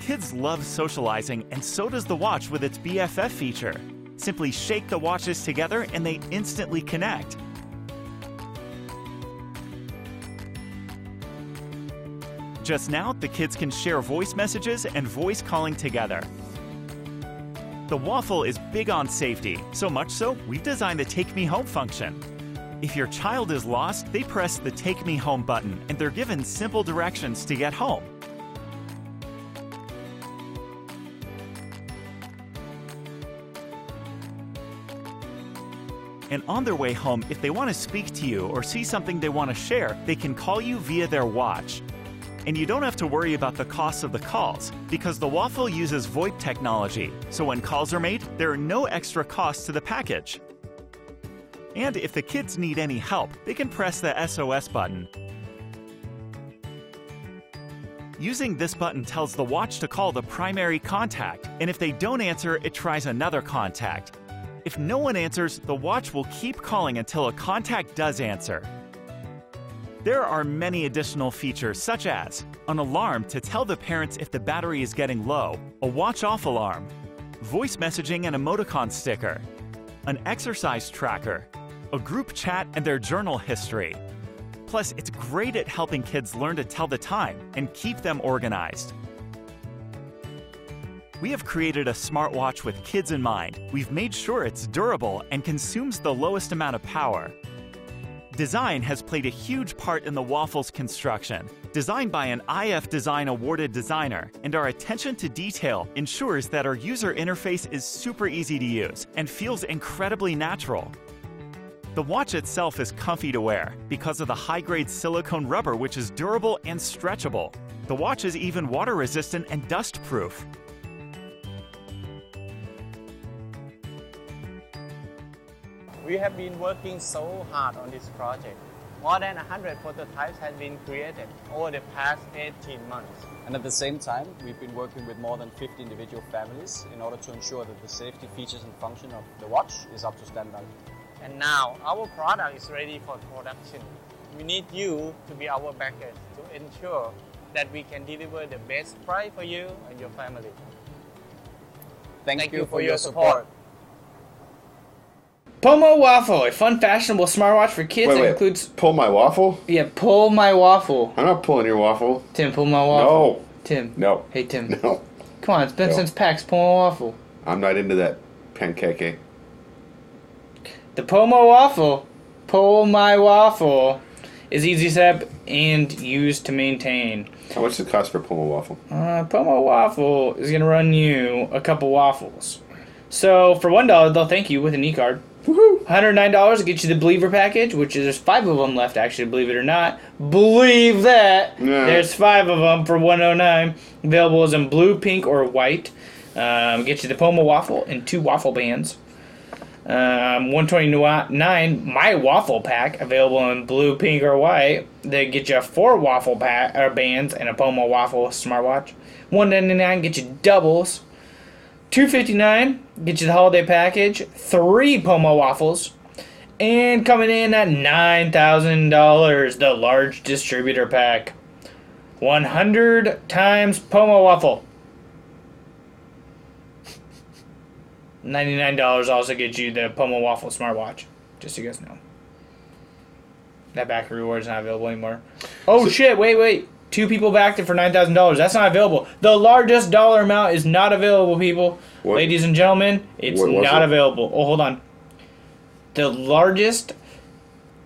S6: Kids love socializing, and so does the watch with its BFF feature. Simply shake the watches together and they instantly connect. Just now, the kids can share voice messages and voice calling together. The Waffle is big on safety, so much so, we've designed the Take Me Home function. If your child is lost, they press the Take Me Home button and they're given simple directions to get home. And on their way home, if they want to speak to you or see something they want to share, they can call you via their watch. And you don't have to worry about the cost of the calls because the Waffle uses VoIP technology. So when calls are made, there are no extra costs to the package. And if the kids need any help, they can press the SOS button. Using this button tells the watch to call the primary contact, and if they don't answer, it tries another contact. If no one answers, the watch will keep calling until a contact does answer. There are many additional features, such as an alarm to tell the parents if the battery is getting low, a watch off alarm, voice messaging and emoticon sticker, an exercise tracker, a group chat, and their journal history. Plus, it's great at helping kids learn to tell the time and keep them organized. We have created a smartwatch with kids in mind. We've made sure it's durable and consumes the lowest amount of power. Design has played a huge part in the Waffle's construction. Designed by an IF Design awarded designer, and our attention to detail ensures that our user interface is super easy to use and feels incredibly natural. The watch itself is comfy to wear because of the high grade silicone rubber, which is durable and stretchable. The watch is even water resistant and dust proof,
S7: We have been working so hard on this project. More than 100 prototypes have been created over the past 18 months.
S8: And at the same time, we've been working with more than 50 individual families in order to ensure that the safety features and function of the watch is up to standard.
S7: And now our product is ready for production. We need you to be our backers to ensure that we can deliver the best price for you and your family.
S8: Thank,
S7: Thank
S8: you, for your support.
S2: Pomo Waffle, a fun, fashionable smartwatch for kids
S1: Wait,
S2: that
S1: wait.
S2: includes.
S1: Pull my waffle?
S2: Yeah, pull my waffle.
S1: I'm not pulling your waffle.
S2: Tim, pull my waffle.
S1: No.
S2: Tim.
S1: No.
S2: Hey, Tim.
S1: No.
S2: Come on, it's been
S1: No.
S2: since PAX. Pull my waffle.
S1: I'm not into that pancake.
S2: The Pomo Waffle, Pull My Waffle, is easy to set up and used to maintain.
S1: How much does it cost for pull my waffle?
S2: Uh, Pomo Waffle is going to run you a couple waffles. So for $1, they'll thank you with an e card.
S1: Woohoo!
S2: $109 will get you the Believer package, which is there's five of them left, actually, believe it or not. Believe that!
S1: Yeah.
S2: There's five of them for 109 Available as in blue, pink, or white. Um, get you the Poma waffle and two waffle bands. Um, 129 My Waffle Pack, available in blue, pink, or white. They get you four waffle pack, or bands and a Poma waffle smartwatch. 199 get you doubles. 259 get you the holiday package, three Pomo waffles, and coming in at $9,000, the large distributor pack. 100 times Pomo waffle. $99 also gets you the Pomo waffle smartwatch, just so you guys know. That backer reward is not available anymore. Oh shit, wait, wait. Two people backed it for $9,000. That's not available. The largest dollar amount is not available, people.
S1: What-
S2: Ladies and gentlemen, it's
S1: What was
S2: not
S1: it?
S2: available. Oh, hold on. The largest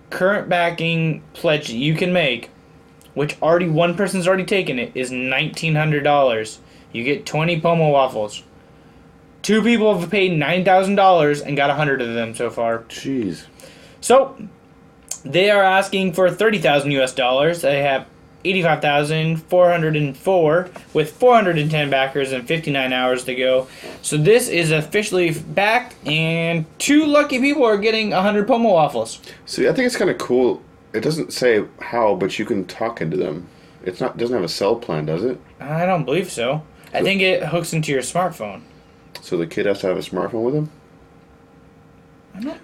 S2: current backing pledge that you can make, which already one person's already taken it, is $1,900. You get 20 Pomo waffles. Two people have paid $9,000 and got 100 of them so far.
S1: Jeez.
S2: So they are asking for thirty thousand U.S. dollars. They have eighty-five thousand four hundred and four with four hundred and ten backers and fifty-nine hours to go. So this is officially backed, and two lucky people are getting hundred pomo waffles.
S1: See, I think it's kind of cool. It doesn't say how, but you can talk into them. It's not doesn't have a cell plan, does it?
S2: I don't believe so. I think it hooks into your smartphone.
S1: So the kid has to have a smartphone with him.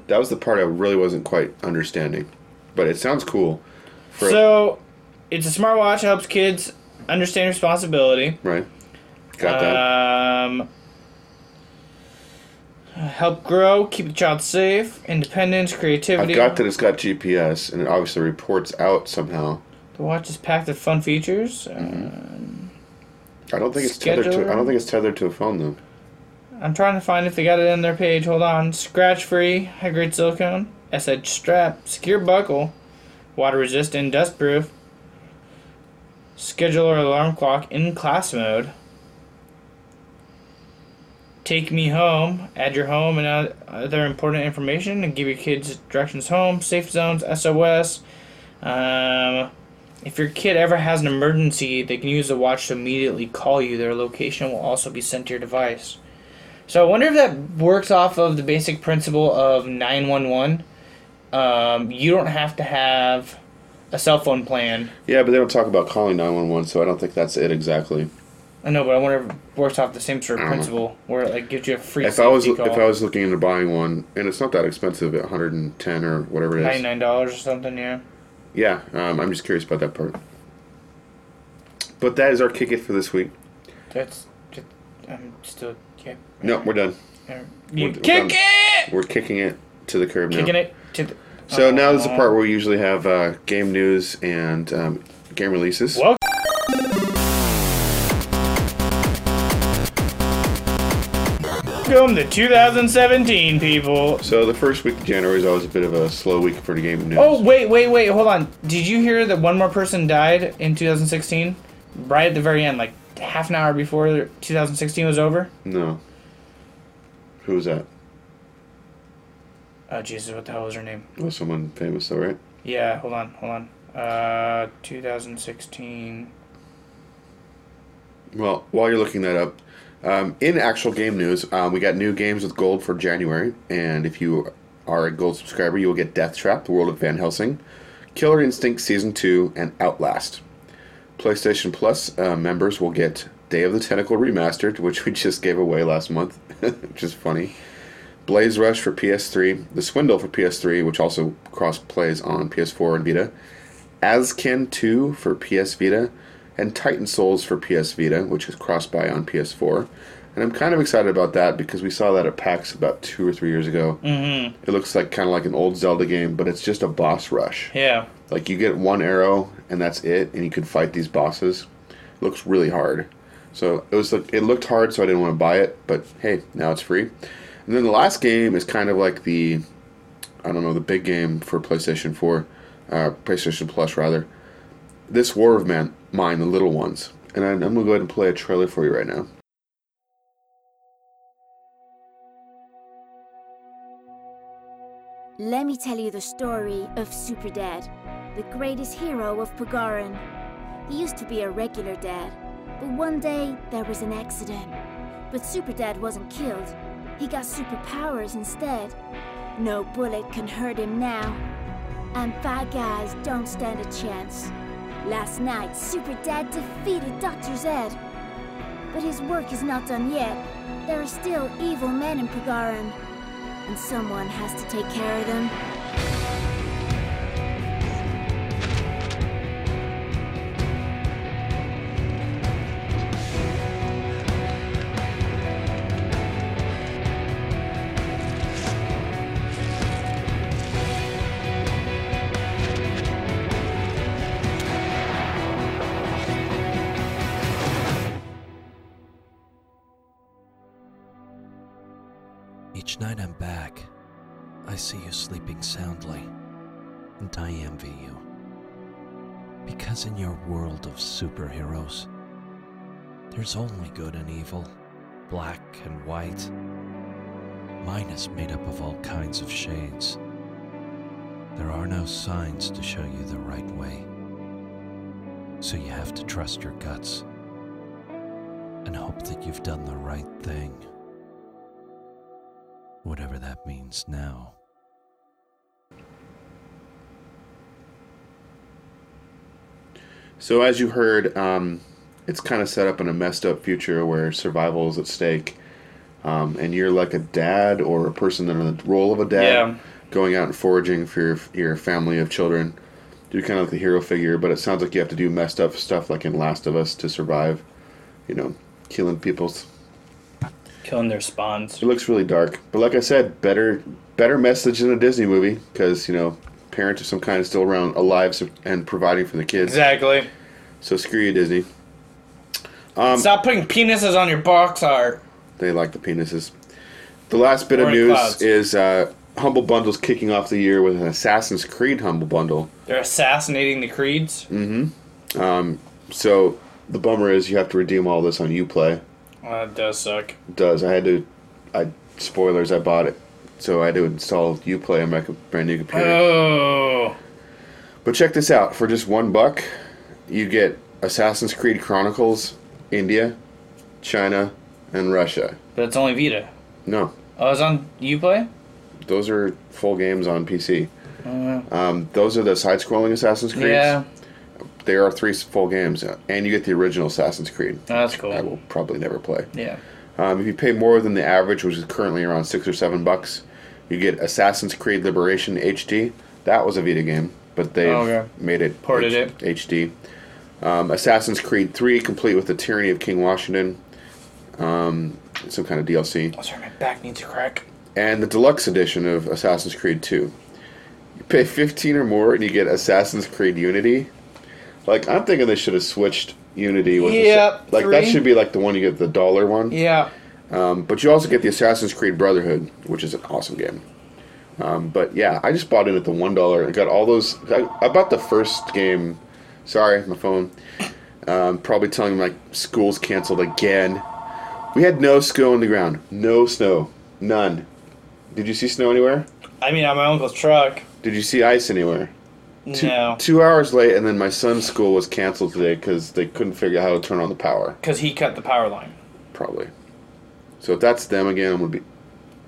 S1: That was the part I really wasn't quite understanding, but it sounds cool. For
S2: So it's a smartwatch helps kids understand responsibility.
S1: right, got that.
S2: Um, help grow, keep the child safe, independence,
S1: I
S2: creativity.
S1: got that it's got GPS and it obviously reports out somehow.
S2: The watch is packed with fun features. Uh,
S1: I don't think it's tethered to. I
S2: Scheduler?
S1: don't think it's tethered to a phone though.
S2: I'm trying to find if they got it in their page. Hold on. Scratch free, high grade silicone, S edge strap, secure buckle, water resistant, dust proof, schedule or alarm clock in class mode. Take me home, add your home and oth- other important information, and give your kids directions home, safe zones, SOS. Um, if your kid ever has an emergency, they can use the watch to immediately call you. Their location will also be sent to your device. So I wonder if that works off of the basic principle of 911. Um, you don't have to have a cell phone plan.
S1: Yeah, but they don't talk about calling 911, so I don't think that's it exactly.
S2: I know, but I wonder if it works off the same sort of principle where it like gives you a free
S1: Mm. If I was
S2: safety
S1: if
S2: call.
S1: I was looking into buying one, and it's not that expensive at 110 or whatever it is.
S2: $99 or something, yeah.
S1: Yeah, um, I'm just curious about that part. But that is our kick it for this week.
S2: That's just, I'm still okay.
S1: No, we're done.
S2: Yeah.
S1: We're-
S2: You
S1: we're
S2: kick
S1: done.
S2: it,
S1: We're kicking it to the curb now.
S2: kicking it to the.
S1: So now is the
S2: Aw.
S1: part where we usually have uh, game news and um, game releases.
S2: Well- Welcome to 2017, people.
S1: So the first week of January is always a bit of a slow week for the game news.
S2: Oh wait, wait, wait! Hold on. Did you hear that one more person died in 2016? Right at the very end, like half an hour before 2016 was over.
S1: No. Who was that?
S2: Oh Jesus, what the hell was her name?
S1: Well, someone famous, though, right?
S2: Yeah, hold on, hold on. Uh, 2016.
S1: Well, while you're looking that up, um, in actual game news, um, we got new games with gold for January, and if you are a gold subscriber, you will get Death Trap, The World of Van Helsing, Killer Instinct Season 2, and Outlast. PlayStation Plus uh, members will get Day of the Tentacle Remastered, which we just gave away last month, which is funny. Blaze Rush for PS3, The Swindle for PS3, which also cross plays on PS4 and Vita, Askin 2 for PS Vita, and Titan Souls for PS Vita, which is cross by on PS4. And I'm kind of excited about that because we saw that at PAX about two or three years ago.
S2: Mm-hmm.
S1: It looks like kind of like an old Zelda game, but it's just a boss rush.
S2: Yeah.
S1: Like you get one arrow and that's it, and you can fight these bosses. looks really hard. So it was like it looked hard, so I didn't want to buy it. But hey, now it's free. And then the last game is kind of like the, I don't know, the big game for PlayStation Four, uh, PlayStation Plus rather. This War of Man, mine, the little ones, and I, I'm gonna go ahead and play a trailer for you right now.
S9: Let me tell you the story of Superdad, the greatest hero of Pagaran. He used to be a regular dad, but one day there was an accident. But Superdad wasn't killed. He got superpowers instead. No bullet can hurt him now. And bad guys don't stand a chance. Last night, Superdad defeated Dr. Zed. But his work is not done yet. There are still evil men in Pagaran and someone has to take care of them.
S10: Each night I'm back, I see you sleeping soundly, and I envy you. Because in your world of superheroes, there's only good and evil, black and white. Mine is made up of all kinds of shades. There are no signs to show you the right way. So you have to trust your guts and hope that you've done the right thing whatever that means now.
S1: So as you heard, um, it's kind of set up in a messed up future where survival is at stake, um, and you're like a dad or a person in the role of a dad,
S2: Yeah.
S1: going out and foraging for your, your family of children. You're kind of like the hero figure, but it sounds like you have to do messed up stuff like in Last of Us to survive. You know, killing people's.
S2: Killing their spawns.
S1: It looks really dark, but like I said, better better message than a Disney movie because you know parents of some kind is still around, alive and providing for the kids.
S2: Exactly.
S1: So screw you, Disney. Um,
S2: Stop putting penises on your box art.
S1: They like the penises. The last bit
S2: Or
S1: of
S2: in
S1: news
S2: clouds.
S1: is uh, Humble Bundle's kicking off the year with an Assassin's Creed Humble Bundle.
S2: They're assassinating the creeds.
S1: Mm-hmm. Um, so the bummer is you have to redeem all this on UPlay.
S2: Well, Oh, that does suck.
S1: It does. I had to. I spoilers. I bought it, so I had to install UPlay on my co- brand new computer.
S2: Oh.
S1: But check this out. For just one buck, you get Assassin's Creed Chronicles, India, China, and Russia.
S2: But it's only Vita.
S1: No,
S2: Oh, it's on UPlay?
S1: those are full games on PC.
S2: Uh,
S1: Um, those are the side-scrolling Assassin's Creeds.
S2: yeah.
S1: They are three full games, and you get the original Assassin's Creed.
S2: That's cool.
S1: I will probably never play.
S2: Yeah.
S1: Um, if you pay more than the average, which is currently around six or seven bucks, you get Assassin's Creed Liberation HD. That was a Vita game, but they
S2: Oh, okay.
S1: made it
S2: Ported
S1: H- HD. Um, Assassin's Creed 3, complete with the Tyranny of King Washington, um, some kind of DLC,
S2: Oh, sorry, my back needs a crack.
S1: and the deluxe edition of Assassin's Creed 2. You pay 15 or more and you get Assassin's Creed Unity. Like I'm thinking they should have switched Unity with Assa-
S2: Yep,
S1: like that
S2: three.
S1: should be like the one you get the dollar one.
S2: Yeah.
S1: Um, but you also get the Assassin's Creed Brotherhood, which is an awesome game. Um, but yeah, I just bought it at the one dollar and got all those. I, I bought the first game. Sorry, my phone. Um, probably telling my school's canceled again. We had no snow on the ground. No snow. None. Did you see snow anywhere?
S2: I mean, on my uncle's truck.
S1: Did you see ice anywhere? Two,
S2: No.
S1: Two hours late, and then my son's school was canceled today because they couldn't figure out how to turn on the power.
S2: Because he cut the power line.
S1: Probably. So if that's them again, I'm gonna be.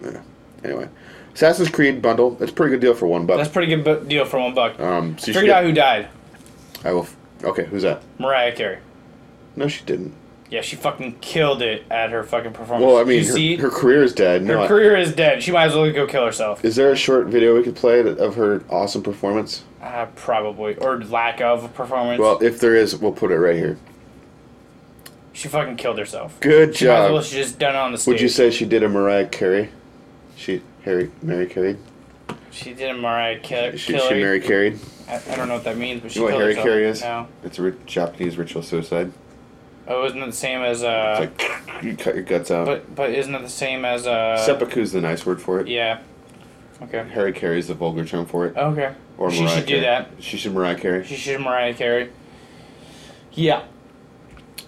S1: Yeah. Anyway, Assassin's Creed bundle. That's a pretty good deal for one buck.
S2: That's pretty good bu- deal for one buck.
S1: um, so you should
S2: Figured out
S1: get-
S2: who died.
S1: I will. f- Okay, who's that?
S2: Mariah Carey.
S1: No, she didn't.
S2: Yeah, she fucking killed it at her fucking performance.
S1: Well, I
S2: you
S1: mean,
S2: see,
S1: her, her career is dead.
S2: Her
S1: no, I-
S2: career is dead. She might as well go kill herself.
S1: is there a short video we could play that- of her awesome performance?
S2: Uh, probably. Or lack of a performance.
S1: Well, if there is, we'll put it right here.
S2: she fucking killed herself.
S1: Good
S2: she Might as
S1: job.
S2: well she just done it on the stage.
S1: Would you say she did a Mariah Carey? She Harry Mary Carey.
S2: She did a Mariah Carey.
S1: She, she Mary Carried.
S2: I, I don't know what that means, but she
S1: You know what
S2: killed herself.
S1: Harry Carey is?
S2: No.
S1: It's a rit- Japanese ritual suicide.
S2: Oh, isn't it the same as uh?
S1: It's like you cut your guts out.
S2: but but isn't it the same as uh?
S1: Seppuku is the nice word for it.
S2: Yeah. Okay.
S1: Harry Carey is the vulgar term for it.
S2: Okay.
S1: Or
S2: she
S1: Mariah
S2: should do
S1: Carey.
S2: that.
S1: She should Mariah Carey.
S2: She should Mariah Carey. Yeah.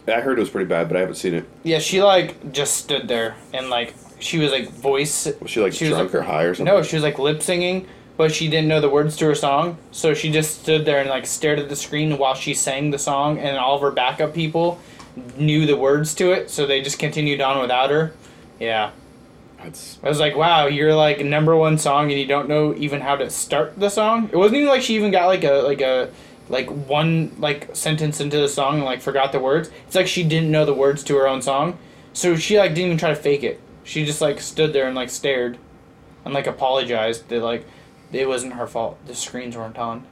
S1: I heard it was pretty bad, but I haven't seen it.
S2: Yeah, she like just stood there and like she was like voice.
S1: Was she like
S2: She was,
S1: drunk or high or something?
S2: No, she was like lip singing, but she didn't know the words to her song, so she just stood there and like stared at the screen while she sang the song, and all of her backup people knew the words to it, so they just continued on without her. Yeah.
S1: That's
S2: I was like, wow, you're like number one song, and you don't know even how to start the song. It wasn't even like she even got like a like a like one like sentence into the song and like forgot the words. It's like she didn't know the words to her own song, so she like didn't even try to fake it. She just like stood there and like stared, and like apologized that like it wasn't her fault. The screens weren't on.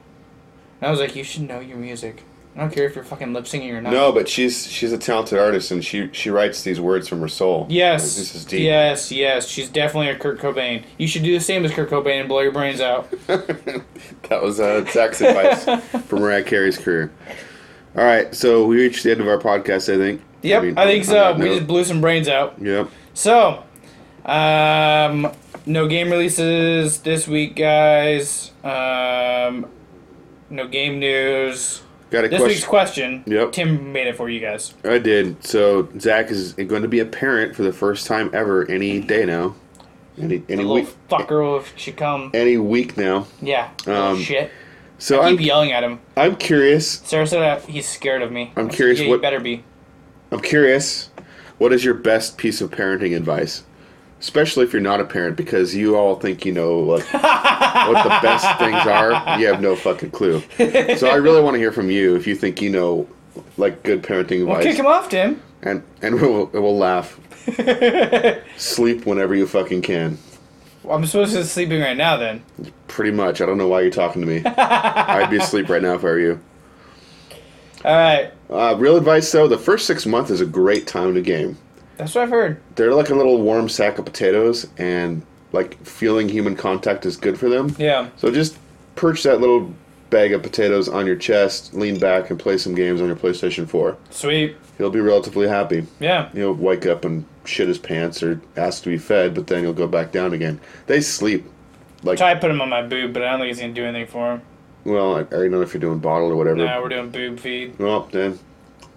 S2: And I was like, you should know your music. I don't care if you're fucking lip singing or not.
S1: No, but she's she's a talented artist, and she she writes these words from her soul.
S2: Yes.
S1: Like, this is deep.
S2: Yes, yes. She's definitely a Kurt Cobain. You should do the same as Kurt Cobain and blow your brains out.
S1: That was uh, Zach's advice for Mariah Carey's career. All right, so we reached the end of our podcast. I think.
S2: Yep, I,
S1: mean,
S2: think
S1: on
S2: so.
S1: that
S2: We
S1: note.
S2: just blew some brains out.
S1: Yep.
S2: So, um, no game releases this week, guys. Um, no game news.
S1: Got a
S2: this
S1: question-
S2: week's question.
S1: Yep.
S2: Tim made it for you guys.
S1: I did. So Zach is going to be a parent for the first time ever any day now, any
S2: The
S1: any
S2: little
S1: week,
S2: fucker if she come.
S1: any week now.
S2: Yeah. little
S1: Um,
S2: shit.
S1: So
S2: I
S1: I'm
S2: keep yelling at him.
S1: I'm curious.
S2: Sarah said uh, he's scared of me.
S1: I'm
S2: I said,
S1: curious
S2: yeah, you
S1: what-
S2: better be.
S1: I'm curious. What is your best piece of parenting advice? Especially if you're not a parent, because you all think you know like what the best things are. You have no fucking clue. So I really want to hear from you if you think you know like good parenting
S2: Well, kick
S1: advice.
S2: him off, Tim.
S1: and and we'll we'll laugh. Sleep whenever you fucking can.
S2: I'm supposed to be sleeping right now then.
S1: Pretty much. I don't know why you're talking to me. I'd be asleep right now if I were you.
S2: All right.
S1: Uh, real advice though, the first six months is a great time to game.
S2: That's what I've heard.
S1: they're like a little warm sack of potatoes and like feeling human contact is good for them
S2: Yeah.
S1: so just perch that little bag of potatoes on your chest lean back and play some games on your playstation 4
S2: Sweet.
S1: you'll be relatively happy
S2: Yeah.
S1: you'll wake up and shit his pants or asks to be fed, but then he'll go back down again. They sleep. Like,
S2: Try to put him on my boob, but I don't think he's gonna do anything for him.
S1: well, I, I don't know if you're doing bottle or whatever.
S2: Nah, we're doing boob feed.
S1: Well, then,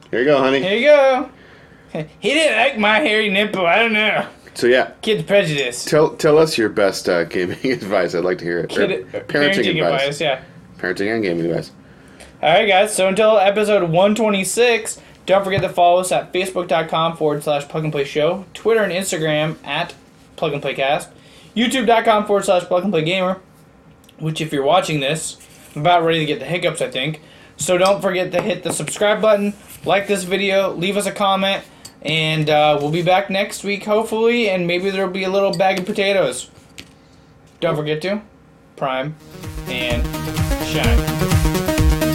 S1: here you go, honey.
S2: Here you go. He didn't like my hairy nipple. I don't know.
S1: So yeah,
S2: Kid prejudice.
S1: tell tell us your best uh, gaming advice. I'd like to hear it. Or
S2: Kid advice. Yeah.
S1: Parenting and gaming advice.
S2: All right, guys. So until episode 126, don't forget to follow us at facebook.com forward slash plug and play show, Twitter and Instagram at plug and play cast, youtube.com forward slash plug and play gamer, which if you're watching this, I'm about ready to get the hiccups, I think. So don't forget to hit the subscribe button, like this video, leave us a comment, and uh, we'll be back next week, hopefully, and maybe there'll be a little bag of potatoes. Don't forget to prime and shine.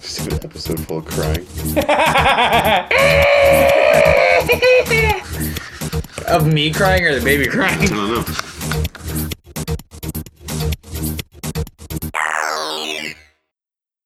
S1: Just an episode full of crying.
S2: of me crying or the baby crying?
S1: I don't know.